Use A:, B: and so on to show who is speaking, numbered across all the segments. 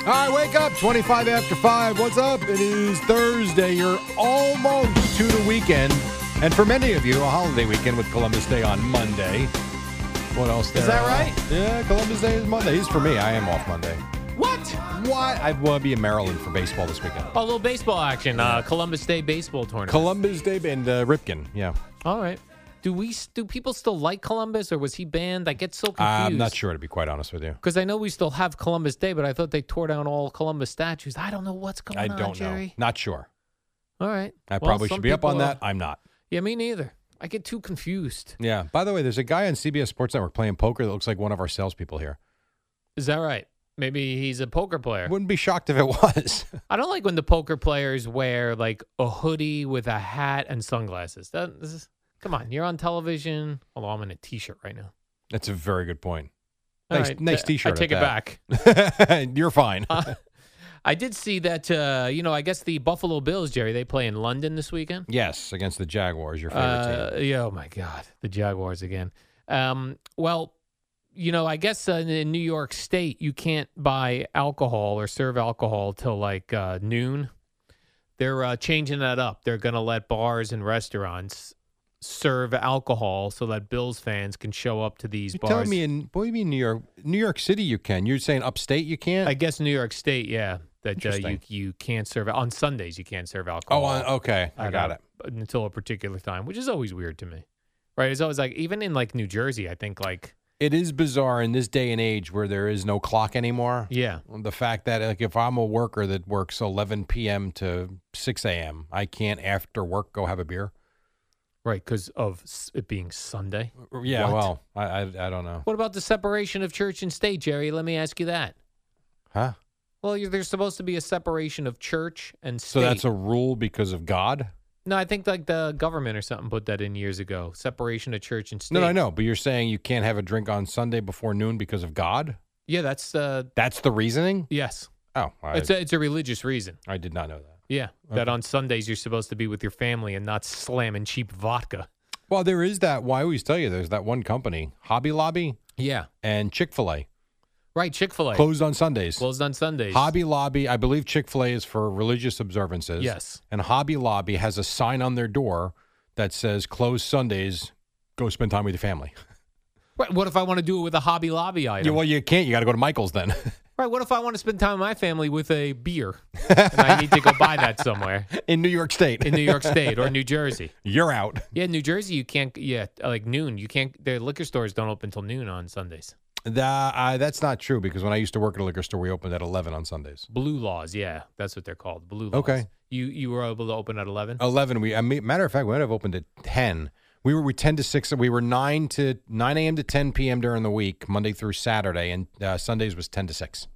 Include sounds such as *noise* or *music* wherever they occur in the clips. A: All right, wake up. 25 after 5. What's up? It is Thursday. You're almost to the weekend. And for many of you, a holiday weekend with Columbus Day on Monday. What else? There
B: Is that
A: are?
B: right?
A: Yeah, Columbus Day is Monday. It's for me. I am off Monday.
B: What?
A: Why? I want to be in Maryland for baseball this weekend.
B: Oh, A little baseball action. Uh, Columbus Day baseball tournament.
A: Columbus Day and uh, Ripken. Yeah.
B: All right. Do we do people still like Columbus or was he banned? I get so confused.
A: I'm not sure, to be quite honest with you.
B: Because I know we still have Columbus Day, but I thought they tore down all Columbus statues. I don't know what's going
A: I
B: on,
A: don't know.
B: Jerry.
A: Not sure.
B: All right.
A: I
B: Well,
A: probably
B: some
A: should be up
B: people
A: on
B: are-
A: that. I'm not.
B: Yeah, me neither. I get too confused.
A: Yeah. By the way, there's a guy on CBS Sports Network playing poker that looks like one of our salespeople here.
B: Is that right? Maybe he's a poker player.
A: Wouldn't be shocked if it *laughs* was.
B: I don't like when the poker players wear like a hoodie with a hat and sunglasses. That, this is- come on, you're on television. Although I'm in a t-shirt right now.
A: That's a very good point.
B: All
A: Nice- nice
B: th-
A: t-shirt
B: I
A: at
B: take it
A: that.
B: back.
A: *laughs* You're fine.
B: *laughs* Uh, I did see that. Uh, you know, I guess the Buffalo Bills, Jerry, they play in London this weekend.
A: yes, against the Jaguars, your favorite
B: Uh,
A: team.
B: yeah, oh my God, the Jaguars again. Um, well, you know, I guess uh, in New York State, you can't buy alcohol or serve alcohol till like uh, noon. They're uh, changing that up. They're going to let bars and restaurants serve alcohol so that Bills fans can show up to these
A: You
B: bars.
A: telling me in what do you mean New York, New York City? You can. You're saying upstate you can't.
B: I guess New York State, yeah, that uh, you
A: Interesting.
B: you can't serve on Sundays. You can't serve alcohol.
A: oh, uh, okay, I
B: at
A: got
B: a-
A: it.
B: until a particular time, which is always weird to me. Right? It's always like even in like New Jersey, I think like
A: It is bizarre in this day and age where there is no clock anymore.
B: yeah,
A: The fact that like if I'm a worker that works 11 p.m. to 6 a.m., I can't after work go have a beer.
B: right because of s- it being Sunday.
A: Yeah,
B: What?
A: well, I I, I don't know.
B: What about the separation of church and state, Jerry? Let me ask you that.
A: Huh?
B: Well, you there's supposed to be a separation of church and
A: So
B: state.
A: that's a rule because of God?
B: no. I think like the government or something put that in years ago. Separation of church and state.
A: No, no, I know. But you're saying you can't have a drink on Sunday before noon because of God?
B: Yeah, that's uh,
A: That's the reasoning?
B: yes.
A: Oh, I,
B: it's a, it's a religious reason.
A: I did not know that.
B: Yeah, that on Sundays you're supposed to be with your family and not slamming cheap vodka.
A: Well, there is that. Why I always tell you there's that one company, Hobby Lobby
B: Yeah,
A: and Chick Fil A,
B: right. Chick Fil A
A: closed on Sundays.
B: closed on Sundays.
A: Hobby Lobby, I believe Chick Fil A is for religious observances.
B: Yes.
A: and Hobby Lobby has a sign on their door that says "Closed Sundays." Go spend time with your family.
B: Right, what if I want to do it with a Hobby Lobby item?
A: Yeah, well, you can't. You got to go to Michael's then. *laughs*
B: right. What if I want to spend time with my family with a beer? and I need to go buy that somewhere
A: in New York State.
B: *laughs* in New York State or New Jersey.
A: You're out.
B: Yeah, New Jersey you can't. Yeah, like noon you can't. Their liquor stores don't open till noon on Sundays.
A: That, uh, that's not true because when I used to work at a liquor store, we opened at 11 on Sundays.
B: Blue laws. Yeah, that's what they're called. Blue laws.
A: Okay. Oh.
B: You you were able to open at eleven.
A: 11 we I mean, matter of fact we might have opened at 10 we were we 10 to 6 we were 9 to 9 a.m to 10 p.m during the week monday through saturday and uh, sundays was 10 to 6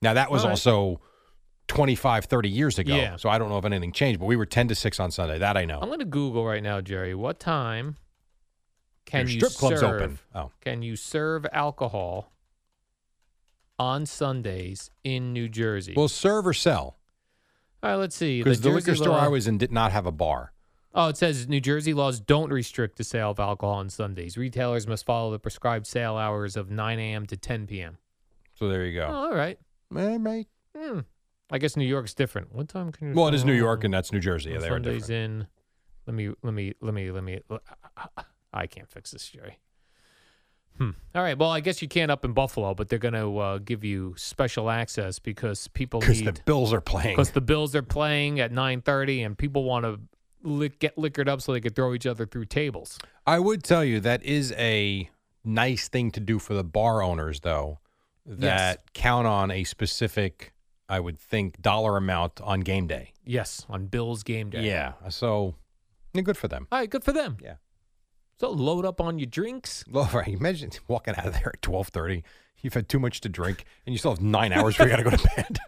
A: now that was
B: Hmm. All right.
A: also 25 30 years ago
B: Yeah.
A: so i don't know if anything changed but we were 10 to 6 on sunday that i know
B: I'm going to Google right now, Jerry. What time can
A: Your
B: you
A: strip clubs
B: serve-
A: open. Oh.
B: Can you serve alcohol on Sundays in New Jersey?
A: well serve or sell
B: All right, let's see.
A: because the,
B: Jersey
A: liquor store
B: law-
A: i was in did not have a bar
B: Oh, it says New Jersey laws don't restrict the sale of alcohol on Sundays. Retailers must follow the prescribed sale hours of 9 a.m. to 10 p.m.
A: so there you
B: Oh,
A: go
B: all right.
A: Eh, mate.
B: Hmm. I guess New York's different. What time can you?
A: well it is new
B: Oh,
A: york and that's new jersey yeah, they are
B: Sundays
A: different.
B: in. Let me, let me, let me, let me. I can't fix this, Jerry. Hmm. All right. Well, I guess you can't up in Buffalo, but they're going to uh, give you special access because people
A: because
B: need
A: the bills are playing
B: because the Bills are playing at nine thirty, and people want to lick, get liquored up so they could throw each other through tables.
A: I would tell you that is a nice thing to do for the bar owners, though, that count on a specific, I would think, dollar amount on game day.
B: Yes, on Bills game day.
A: Yeah. So, yeah, good for them. *laughs*
B: All right, good for them.
A: Yeah.
B: So load up on your drinks.
A: Well, right. Imagine *laughs* walking out of there at twelve thirty. You've had too much to drink, and you still have nine hours where you got to *laughs* go to bed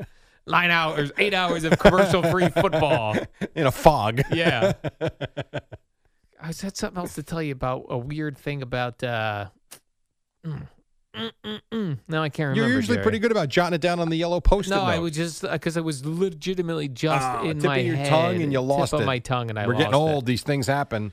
B: Nine hours, eight hours of commercial
A: *laughs*
B: free football.
A: in a fog.
B: Yeah. *laughs* I was had something else to tell you about a weird thing about. Uh, mm, mm, mm, mm. Now I can't remember.
A: *laughs* You're usually
B: Jerry.
A: pretty good about jotting it down on the yellow post-it
B: No,
A: note.
B: I was just because I was legitimately just
A: Ah,
B: in
A: tip
B: my
A: of your
B: head,
A: tongue and you lost
B: tip
A: it.
B: Of my tongue and I
A: We're
B: lost
A: getting old.
B: It.
A: These things happen.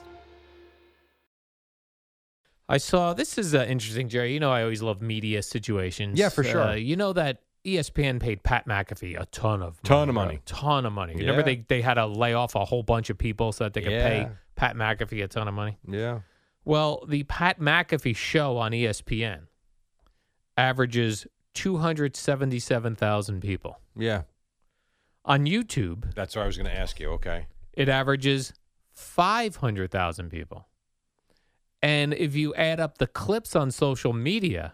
B: I saw this is uh, interesting, Jerry. You know I always love media situations.
A: Yeah, for sure.
B: Uh, you know that ESPN paid Pat McAfee a ton of money,
A: Ton of
B: bro.
A: money.
B: ton of money. Remember
A: Yeah.
B: they they had to lay off a whole bunch of people so that they could pay
A: Yeah.
B: Pat McAfee a ton of money.
A: Yeah.
B: Well, the Pat McAfee show on E ESPN averages 277,000 people.
A: Yeah.
B: On YouTube,
A: That's what I was going to ask you. Okay.
B: it averages 500,000 people. And if you add up the clips on social media,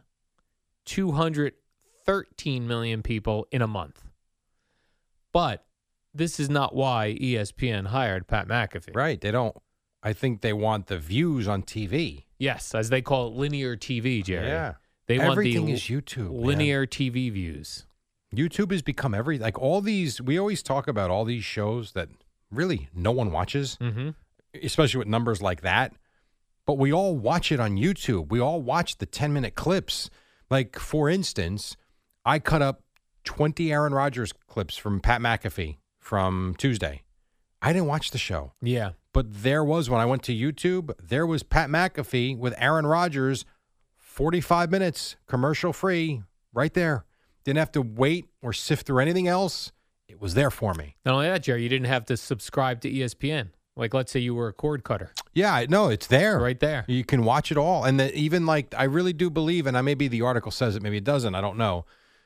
B: 213 million people in a month. But this is not why E ESPN hired Pat McAfee.
A: Right. They don't. I think they want the views on TV.
B: Yes, as they call it linear TV, Jerry.
A: Yeah.
B: They
A: Everything
B: want the
A: is YouTube. man.
B: linear TV views.
A: YouTube has become every like all these. We always talk about all these shows that really no one watches,
B: Mm-hmm.
A: especially with numbers like that. But we all watch it on YouTube. We all watch the ten minute clips. Like for instance, I cut up twenty Aaron Rodgers clips from Pat McAfee from Tuesday. I didn't watch the show.
B: Yeah.
A: But there was when I went to YouTube, there was Pat McAfee with Aaron Rodgers, 45 minutes commercial free, right there. Didn't have to wait or sift through anything else. It was there for me.
B: Not only that, Jerry, you didn't have to subscribe to E ESPN. Like, let's say you were a cord cutter,
A: Yeah, I no, it's there.
B: right there.
A: You can watch it all. And the, even like, I really do believe, and I maybe the article says it, maybe it doesn't, I don't know.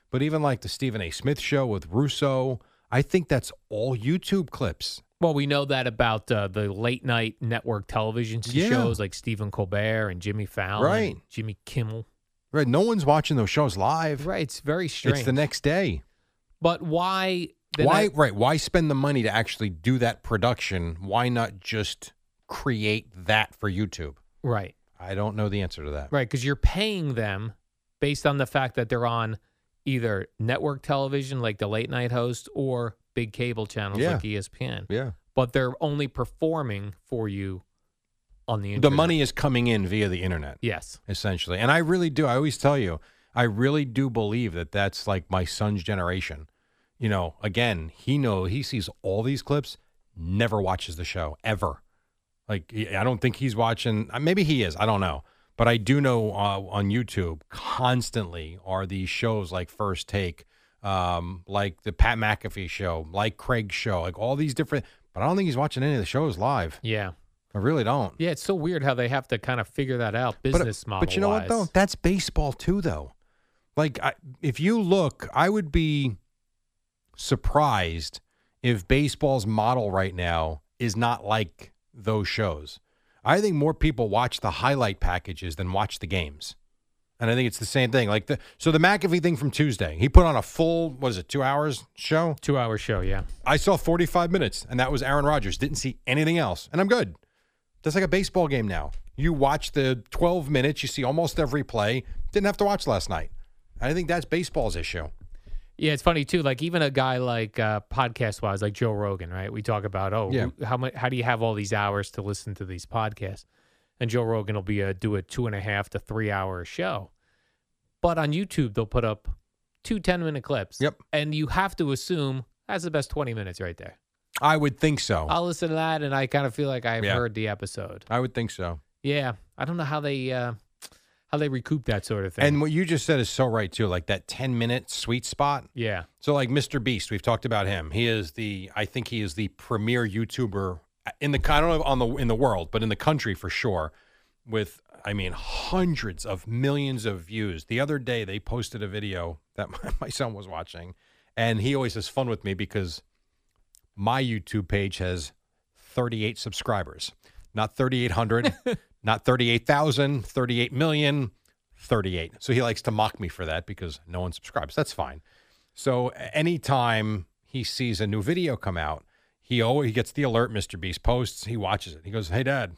A: But even like the Stephen A. Smith show with Russo, I think that's all YouTube clips.
B: Well, we know that about uh, the late night network television s-
A: Yeah.
B: shows like Stephen Colbert and Jimmy Fallon,
A: Right.
B: Jimmy Kimmel.
A: Right? No one's watching those shows live.
B: Right, it's very strange.
A: It's the next day.
B: but why? then
A: why
B: I-
A: right why spend the money to actually do that production why not just create that for youtube
B: right,
A: i don't know the answer to that
B: right, because you're paying them based on the fact that they're on either network television, like the late night host, or big cable channels
A: Yeah.
B: like E ESPN.
A: yeah
B: But they're only performing for you on the internet.
A: the money is coming in via the internet
B: Yes.
A: essentially and i really do i always tell you i really do believe that that's like my son's generation you know again he know he sees all these clips never watches the show ever like he- i don't think he's watching uh, maybe he is i don't know but i do know uh, on youtube constantly are these shows like first take um, like the pat mcafee show like craig's show like all these different but i don't think he's watching any of the shows live
B: Yeah.
A: i really don't
B: Yeah, it's so weird how they have to kind of figure that out
A: but- uh,
B: business
A: but,
B: model.
A: you know what though? That's baseball too, though. Like I, if you look, I would be surprised if baseball's model right now is not like those shows. I think more people watch the highlight packages than watch the games. And I think it's the same thing. Like the so the McAfee thing from Tuesday, he put on a full what is it, two hours show?
B: Two hour show, yeah.
A: I saw 45 minutes, and that was Aaron Rodgers. Didn't see anything else, and I'm good. That's like a baseball game now. You watch the 12 minutes, you see almost every play. Didn't have to watch last night. I think that's baseball's issue.
B: Yeah, it's funny too. Like even a guy like uh, podcast wise, like Joe Rogan, right? We talk about oh,
A: Yeah.
B: who- how much? How do you have all these hours to listen to these podcasts? And Joe Rogan will be a do a two and a half to three hour show, but on YouTube they'll put up two 10 minute clips.
A: Yep.
B: and you have to assume that's the best twenty minutes right there.
A: I would think so.
B: I'll listen to that, and I kind of feel like I've
A: Yeah.
B: heard the episode.
A: I would think so.
B: Yeah, I don't know how they uh, how they recoup that sort of thing.
A: And what you just said is so right too. Like that ten minute sweet spot.
B: yeah,
A: So like Mr. Beast, we've talked about him. He is the I think he is the premier YouTuber uh, in the I don't know on the in the world, but in the country for sure. With I mean hundreds of millions of views. The other day they posted a video that *laughs* my, my son was watching, and he always has fun with me because my YouTube page has 38 subscribers, not 3,800, not 38,000, 38 million, 38. So he likes to mock me for that because no one subscribes. That's fine. So a- anytime he sees a new video come out, he always he gets the alert Mr. Beast posts. He watches it. He goes, "Hey, Dad,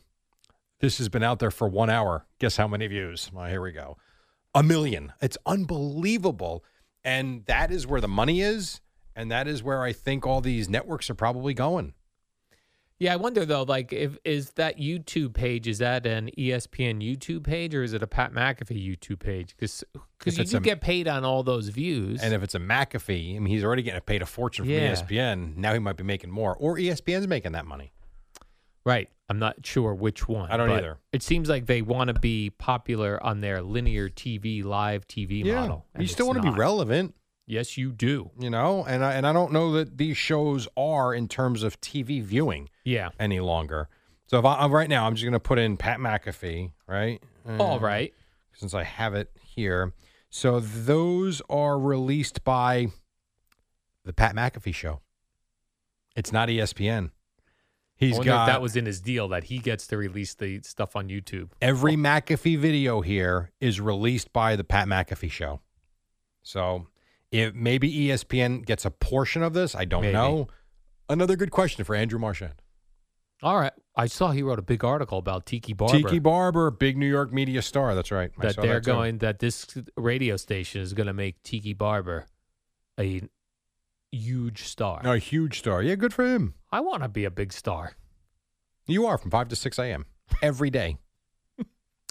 A: this has been out there for one hour. Guess how many views? Well, here we go, a million. It's unbelievable, and that is where the money is, and that is where I think all these networks are probably going.
B: yeah. I wonder though, like, if is that YouTube page is that an E ESPN YouTube page or is it a Pat McAfee YouTube page? Because
A: If
B: you
A: it's
B: do
A: a-
B: get paid on all those views.
A: And if it's a McAfee, I mean, he's already getting paid a fortune from E
B: Yeah.
A: ESPN. Now he might be making more, or E ESPN's making that money.
B: right, I'm not sure which one.
A: I don't
B: but
A: either.
B: It seems like they want to be popular on their linear TV, live TV E model. and
A: you still
B: it's
A: want to be
B: not.
A: relevant.
B: Yes, you do.
A: you know and I, and I don't know that these shows are in terms of tv viewing
B: Yeah.
A: any longer so if I, I'm right now i'm just going to put in pat mcafee right Uh,
B: All right.
A: since i have it here so those are released by the pat mcafee show it's not E espn
B: I
A: He's
B: wonder
A: got
B: if that was in his deal that he gets to release the stuff on YouTube.
A: every McAfee video here is released by the Pat McAfee show. So if maybe E ESPN gets a portion of this, I don't
B: Maybe.
A: know. Another good question for Andrew Marchand.
B: All right. I saw he wrote a big article about Tiki Barber.
A: Tiki Barber, big New York media star. That's right. I
B: that
A: saw
B: they're
A: too.
B: going that this radio station is going to make Tiki Barber a huge star.
A: A huge star. Yeah, good for him.
B: I want to be a big star.
A: You are from 5 to 6 a.m. every
B: *laughs*
A: day.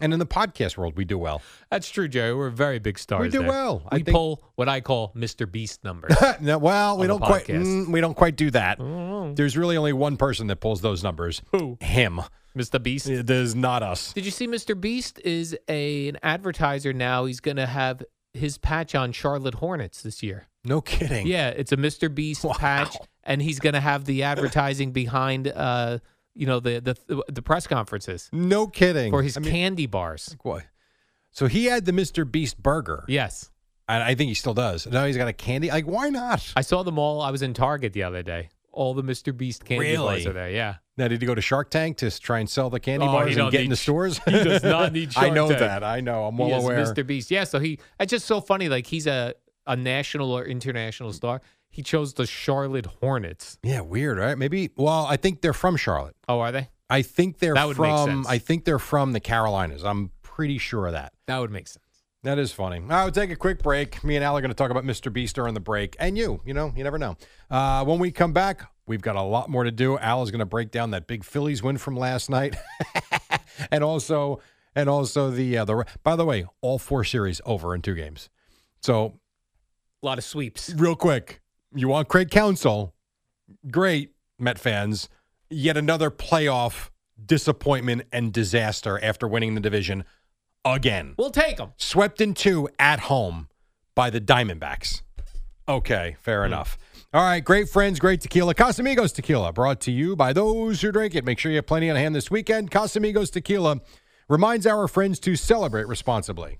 A: and in the podcast world, we do well.
B: That's true, Jerry. We're very big stars.
A: We do
B: there.
A: well. I
B: We
A: think-
B: pull what I call Mr. Beast *laughs* numbers.
A: No, well, we
B: On the
A: don't quite
B: podcast.
A: mm, we don't quite do that.
B: Mm,
A: There's really only one person that pulls those numbers.
B: Who?
A: Him.
B: Mr. Beast.
A: There's not us.
B: Did you see Mr. Beast is a, an advertiser now? He's going to have his patch on Charlotte Hornets this year.
A: No kidding.
B: Yeah, it's a Mr. Beast
A: Wow.
B: patch, and he's going to have the advertising behind, uh, you know, the the the press conferences
A: No kidding.
B: for his
A: I mean,
B: candy bars.
A: like what? So he had the Mr. Beast burger.
B: Yes,
A: And I think he still does. Now he's got a candy. Like, why not?
B: I saw them all. I was in Target the other day. All the Mr. Beast candy bars
A: Really?
B: are there. Yeah,
A: Now, did he go to Shark Tank to s- try and sell the candy
B: Oh, he
A: bars
B: don't
A: and get
B: need
A: in the
B: sh-
A: stores?
B: he
A: *laughs*
B: does not need
A: I
B: Shark
A: know
B: Tank.
A: that. I know. I'm well
B: he is
A: aware.
B: Mr. Beast. Yeah, so he. It's just so funny. Like he's a a national or international star. He chose the Charlotte Hornets.
A: Yeah, weird, right? Maybe. Well, I think they're from Charlotte.
B: Oh, are they?
A: I think they're
B: That would
A: from.
B: make sense.
A: I think they're from the Carolinas. I'm pretty sure of that.
B: That would make sense.
A: That is funny. All right, we'll take a quick break. Me and Al are going to talk about Mr. Beast during the break. And you, you know, you never know. Uh, when we come back, we've got a lot more to do. Al is going to break down that big Phillies win from last night. *laughs* and also, and also the, uh, the, by the way, all four series over in two games. So,
B: A lot of sweeps.
A: real quick, you want Craig Council. Great, Met fans. Yet another playoff disappointment and disaster after winning the division again
B: We'll take them.
A: swept in two at home by the Diamondbacks. Okay, fair enough. All right, great friends, great tequila. Casamigos Tequila, brought to you by those who drink it. Make sure you have plenty on hand this weekend. Casamigos Tequila reminds our friends to celebrate responsibly.